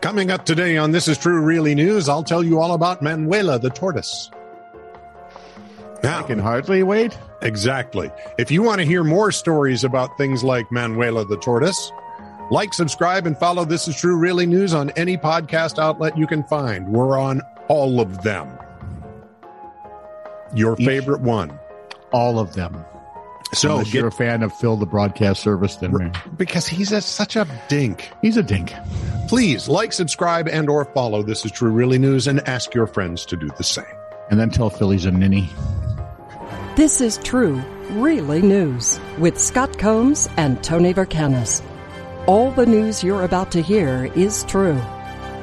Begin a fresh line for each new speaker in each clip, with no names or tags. Coming up today on This Is True Really News, I'll tell you all about Manuela the tortoise.
I
Now,
can hardly wait.
exactly. If you want to hear more stories about things like Manuela the tortoise, like, subscribe, and follow This Is True Really News on any podcast outlet you can find. We're on all of them. Your
Each-
favorite one.
All of them.
So
Unless you're
get,
a fan of Phil the Broadcast Service, then
because he's a, such a dink.
he's a dink.
Please like, subscribe, and or follow This Is True Really News and ask your friends to do the same.
And then tell Phil he's a ninny.
This is true, really news with Scott Combs and Tony Vercanis. All the news you're about to hear is true,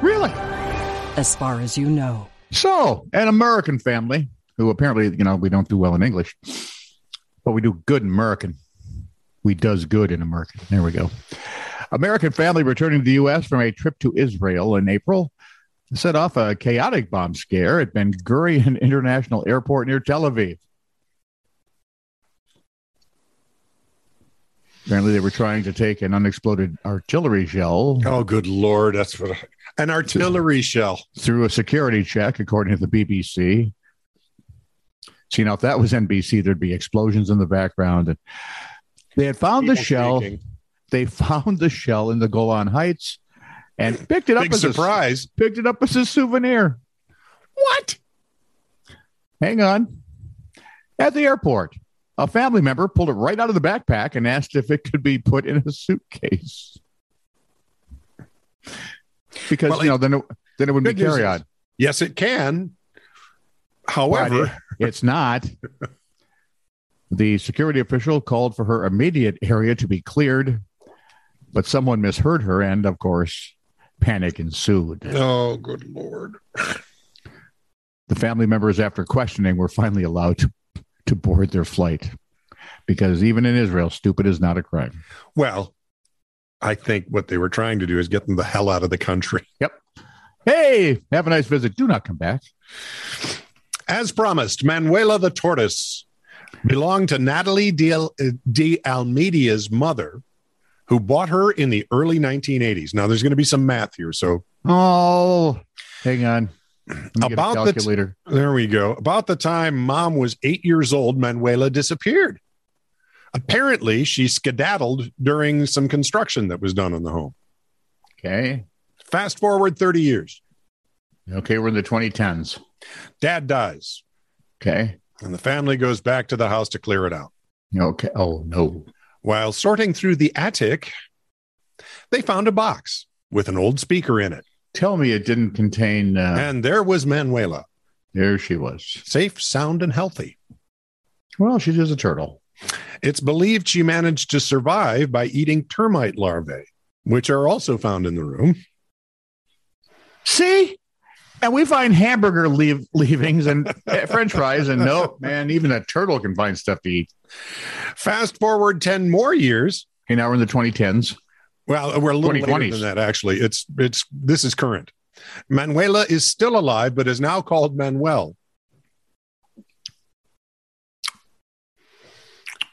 Really?
as far as you know.
So, an American family who apparently, you know, we don't do well in English, but we do good in American. We does good in American. There we go. American family returning to the U.S. from a trip to Israel in April set off a chaotic bomb scare at Ben Gurion International Airport near Tel Aviv. Apparently, they were trying to take an unexploded artillery shell
Oh, good lord! That's what an artillery shell.
through a security check, according to the BBC. So, you know, if that was NBC, there'd be explosions in the background. And they had found the
People
shell.
speaking.
They found the shell in the Golan Heights and picked it up
Big
as a
surprise.
picked it up as a souvenir.
What?
Hang on. At the airport, a family member pulled it right out of the backpack and asked if it could be put in a suitcase. Because
Well,
you know, then it, then it would be
Good news
carry on.
is- Yes, it can. However,
But it's not. The security official called for her immediate area to be cleared, but someone misheard her, and of course, panic ensued.
oh, good lord!
The family members, after questioning, were finally allowed to, to board their flight because even in Israel, stupid is not a crime.
Well, I think what they were trying to do is get them the hell out of the country.
Hey, have a nice visit. Do not come back.
As promised, Manuela the tortoise belonged to Natalie de, uh, de Almeida's mother, who bought her in the early 1980s. Now, there's going to be some math here, so
Oh, hang on. Let me get a
About the t-
calculator.
There we go. About the time mom was eight years old, Manuela disappeared. Apparently, she skedaddled during some construction that was done on the home.
okay.
Fast forward 30 years,
Okay, we're in the 2010s.
dad dies,
Okay.
and the family goes back to the house to clear it out.
Okay. Oh, no.
While sorting through the attic, they found a box with an old speaker in it.
Tell me it didn't contain. Uh,
And there was Manuela,
There she was.
safe, sound, and healthy.
Well, she is a turtle.
It's believed she managed to survive by eating termite larvae, which are also found in the room.
See? And we find hamburger leave- leavings and eh, french fries, and no, man, even a turtle can find stuff to eat.
Fast forward 10 more years.
Okay, now we're in the 2010s.
Well, we're a little later
2020s.
than that, actually. It's it's this is current. Manuela is still alive, but is now called Manuel.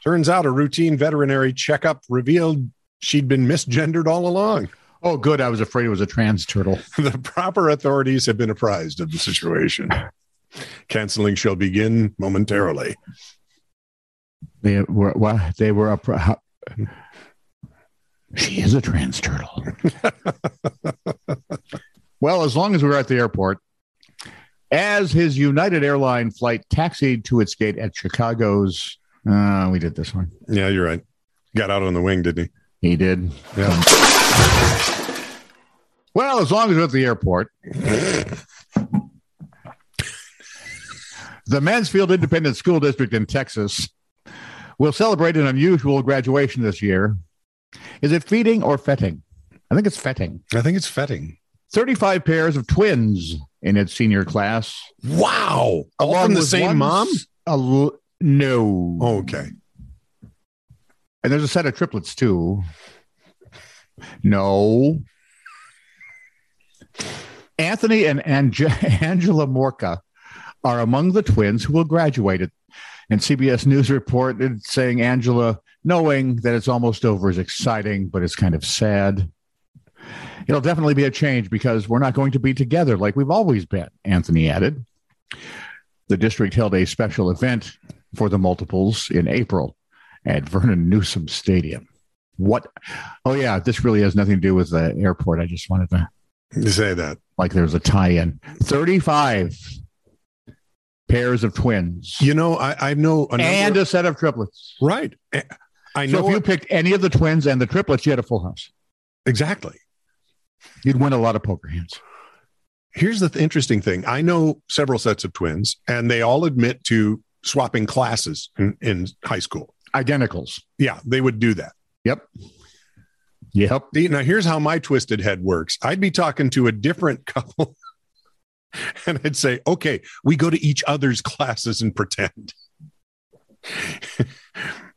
Turns out a routine veterinary checkup revealed she'd been misgendered all along.
Oh, good. I was afraid it was a trans turtle.
The proper authorities have been apprised of the situation. Canceling shall begin momentarily.
They were, wha- they were uh, a. pro- how- She is a trans turtle. well, as long as we were at the airport, as his United Airline flight taxied to its gate at Chicago's, uh, we did this one.
Yeah, you're right. Got out on the wing, didn't
He did.
he? Yeah.
Well, as long as we're at the airport. the Mansfield Independent School District in Texas will celebrate an unusual graduation this year. Is it feeding or fetting? I think it's fetting.
I think it's fetting.
35 pairs of twins in its senior class.
Wow. All
along
from the
with
same
one
mom? Oh.
s- a l- no.
Okay.
And there's a set of triplets too. No. Anthony and Ange- Angela Morka are among the twins who will graduate. it. And CBS News reported saying Angela, knowing that it's almost over, is exciting, but it's kind of sad. It'll definitely be a change because we're not going to be together like we've always been, Anthony added. The district held a special event for the multiples in April at Vernon Newsom Stadium. What? Oh, yeah, this really has nothing to do with the airport. I just wanted to,
You say that.
like, there's a tie in. 35 pairs of twins
You know, I, I know a number-
and a set of triplets.
right. Eh, I know
So if you picked any of the twins and the triplets, you had a full house.
exactly.
You'd win a lot of poker hands.
Here's the th- interesting thing. I know several sets of twins, and they all admit to swapping classes in, in high school.
Identicals.
Yeah, they would do that.
Yep.
The- Now, here's how my twisted head works I'd be talking to a different couple, and I'd say, okay, we go to each other's classes and pretend.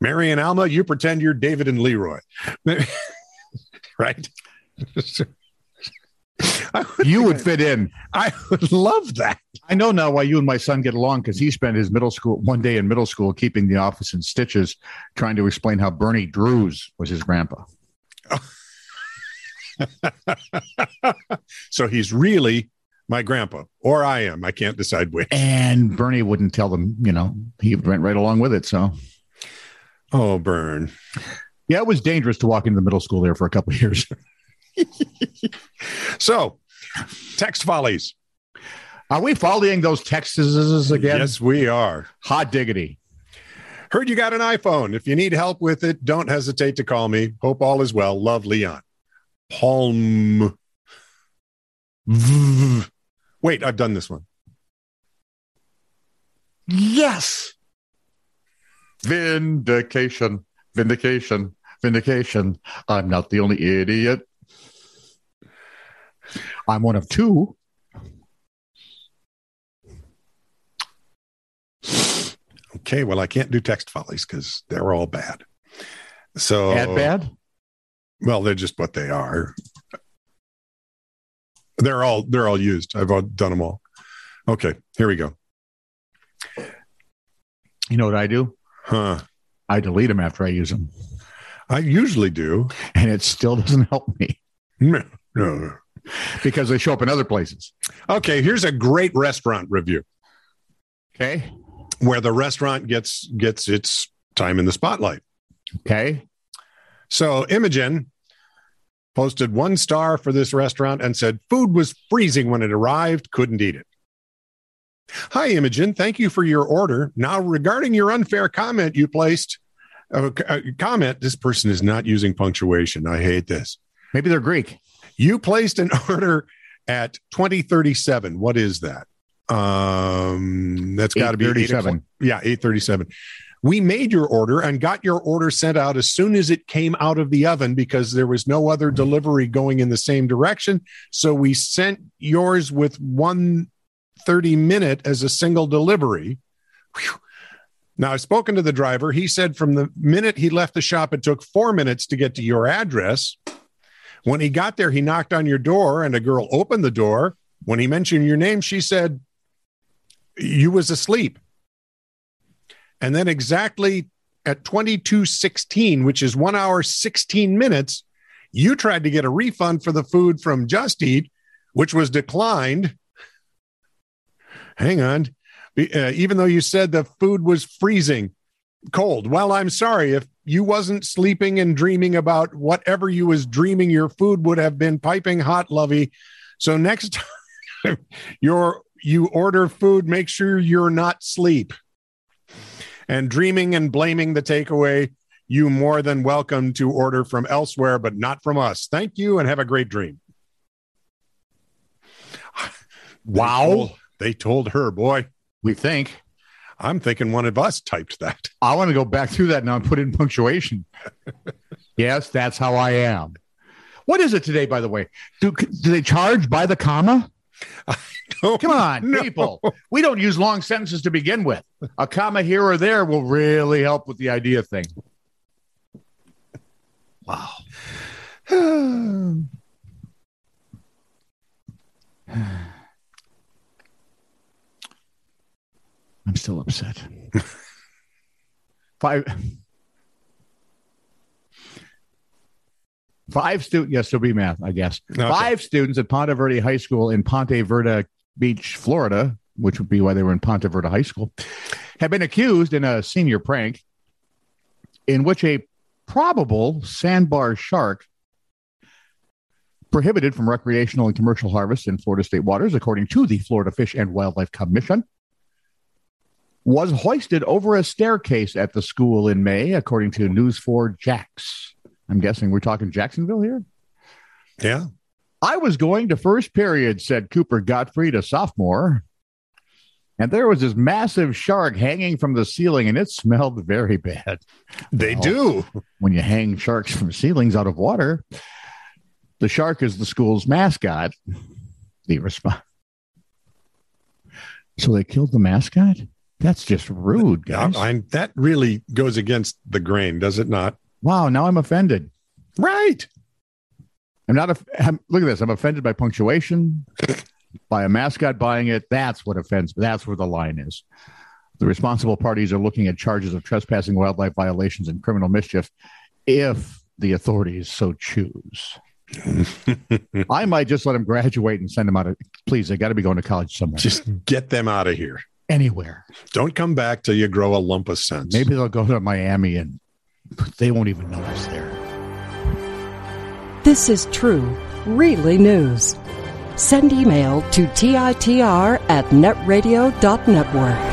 Mary and Alma, you pretend you're David and Leroy. right? I would,
You would fit in.
I would love that.
I know now why you and my son get along because he spent his middle school one day in middle school keeping the office in stitches, trying to explain how Bernie Drews was his grandpa.
So he's really my grandpa, or I am. I can't decide which.
And Bernie wouldn't tell them, you know, he went right along with it. So
Oh, burn.
yeah, it was dangerous to walk into the middle school there for a couple of years.
So, text follies.
Are we following those texts again?
Yes, we are.
Hot diggity.
Heard you got an iPhone. If you need help with it, don't hesitate to call me. Hope all is well. Love, Leon. Palm. Vv. Wait, I've done this one.
Yes. Vindication. Vindication. Vindication. I'm not the only idiot. I'm one of two.
Okay, well, I can't do text follies because they're all bad. So,
Bad, bad.
well, they're just what they are. They're all they're all used. I've all done them all. Okay, here we go.
You know what I do?
Huh.
I delete them after I use them,
I usually do.
and it still doesn't help me
No, no.
because they show up in other places.
Okay, here's a great restaurant review.
Okay.
where the restaurant gets gets its time in the spotlight.
Okay.
So Imogen posted one star for this restaurant and said food was freezing when it arrived, couldn't eat it. Hi Imogen, thank you for your order. Now regarding your unfair comment you placed uh, c- uh, comment this person is not using punctuation. I hate this.
Maybe they're Greek.
You placed an order at 2037. What is that? Um that's got to be 8 o'clock.
37.
Yeah, 837. We made your order and got your order sent out as soon as it came out of the oven because there was no other delivery going in the same direction. So we sent yours with one 30 minute as a single delivery. Whew. Now, I've spoken to the driver. He said from the minute he left the shop, it took four minutes to get to your address. When he got there, he knocked on your door and a girl opened the door. When he mentioned your name, she said, You was asleep. And then exactly at 2216, which is one hour, 16 minutes, you tried to get a refund for the food from Just Eat, which was declined. Hang on. Be- uh, even though you said the food was freezing cold. Well, I'm sorry if you wasn't sleeping and dreaming about whatever you was dreaming your food would have been piping hot, lovey. So next time your you order food, make sure you're not sleep and dreaming and blaming the takeaway. You more than welcome to order from elsewhere, but not from us. Thank you and have a great dream.
Wow.
They told, they told her, boy,
We think.
I'm thinking one of us typed that.
I want to go back through that now and put in punctuation. yes, that's how I am. What is it today, by the way? Do, do they charge by the comma? Come on,
No.
people. We don't use long sentences to begin with. A comma here or there will really help with the idea thing. Wow. I'm still upset. Five. Five students, yes, there'll be math, I guess.
Okay.
Five students at Ponte Verde High School in Ponte Verde Beach, Florida, which would be why they were in Ponte Verde High School, have been accused in a senior prank in which a probable sandbar shark prohibited from recreational and commercial harvest in Florida state waters, according to the Florida Fish and Wildlife Commission, was hoisted over a staircase at the school in May, according to News 4 Jax. I'm guessing we're talking Jacksonville here.
Yeah.
I was going to first period, said Cooper Gottfried, a sophomore. And there was this massive shark hanging from the ceiling, and it smelled very bad
They
Wow.
do.
when you hang sharks from ceilings out of water. The shark is the school's mascot. The response. So they killed the mascot? That's just rude, guys.
I, I- that really goes against the grain, does it not?
wow, now I'm offended.
Right.
I'm not. Aff- I'm, look at this. I'm offended by punctuation, by a mascot buying it. That's what offends. That's where the line is. The responsible parties are looking at charges of trespassing, wildlife violations, and criminal mischief, if the authorities so choose. I might just let them graduate and send them out. Of, please, they got to be going to college somewhere,
Just get them out of here.
anywhere.
Don't come back till you grow a lump of sense.
Maybe they'll go to Miami, and they won't even notice there.
This is true, really news. Send email to TITR at netradio.network.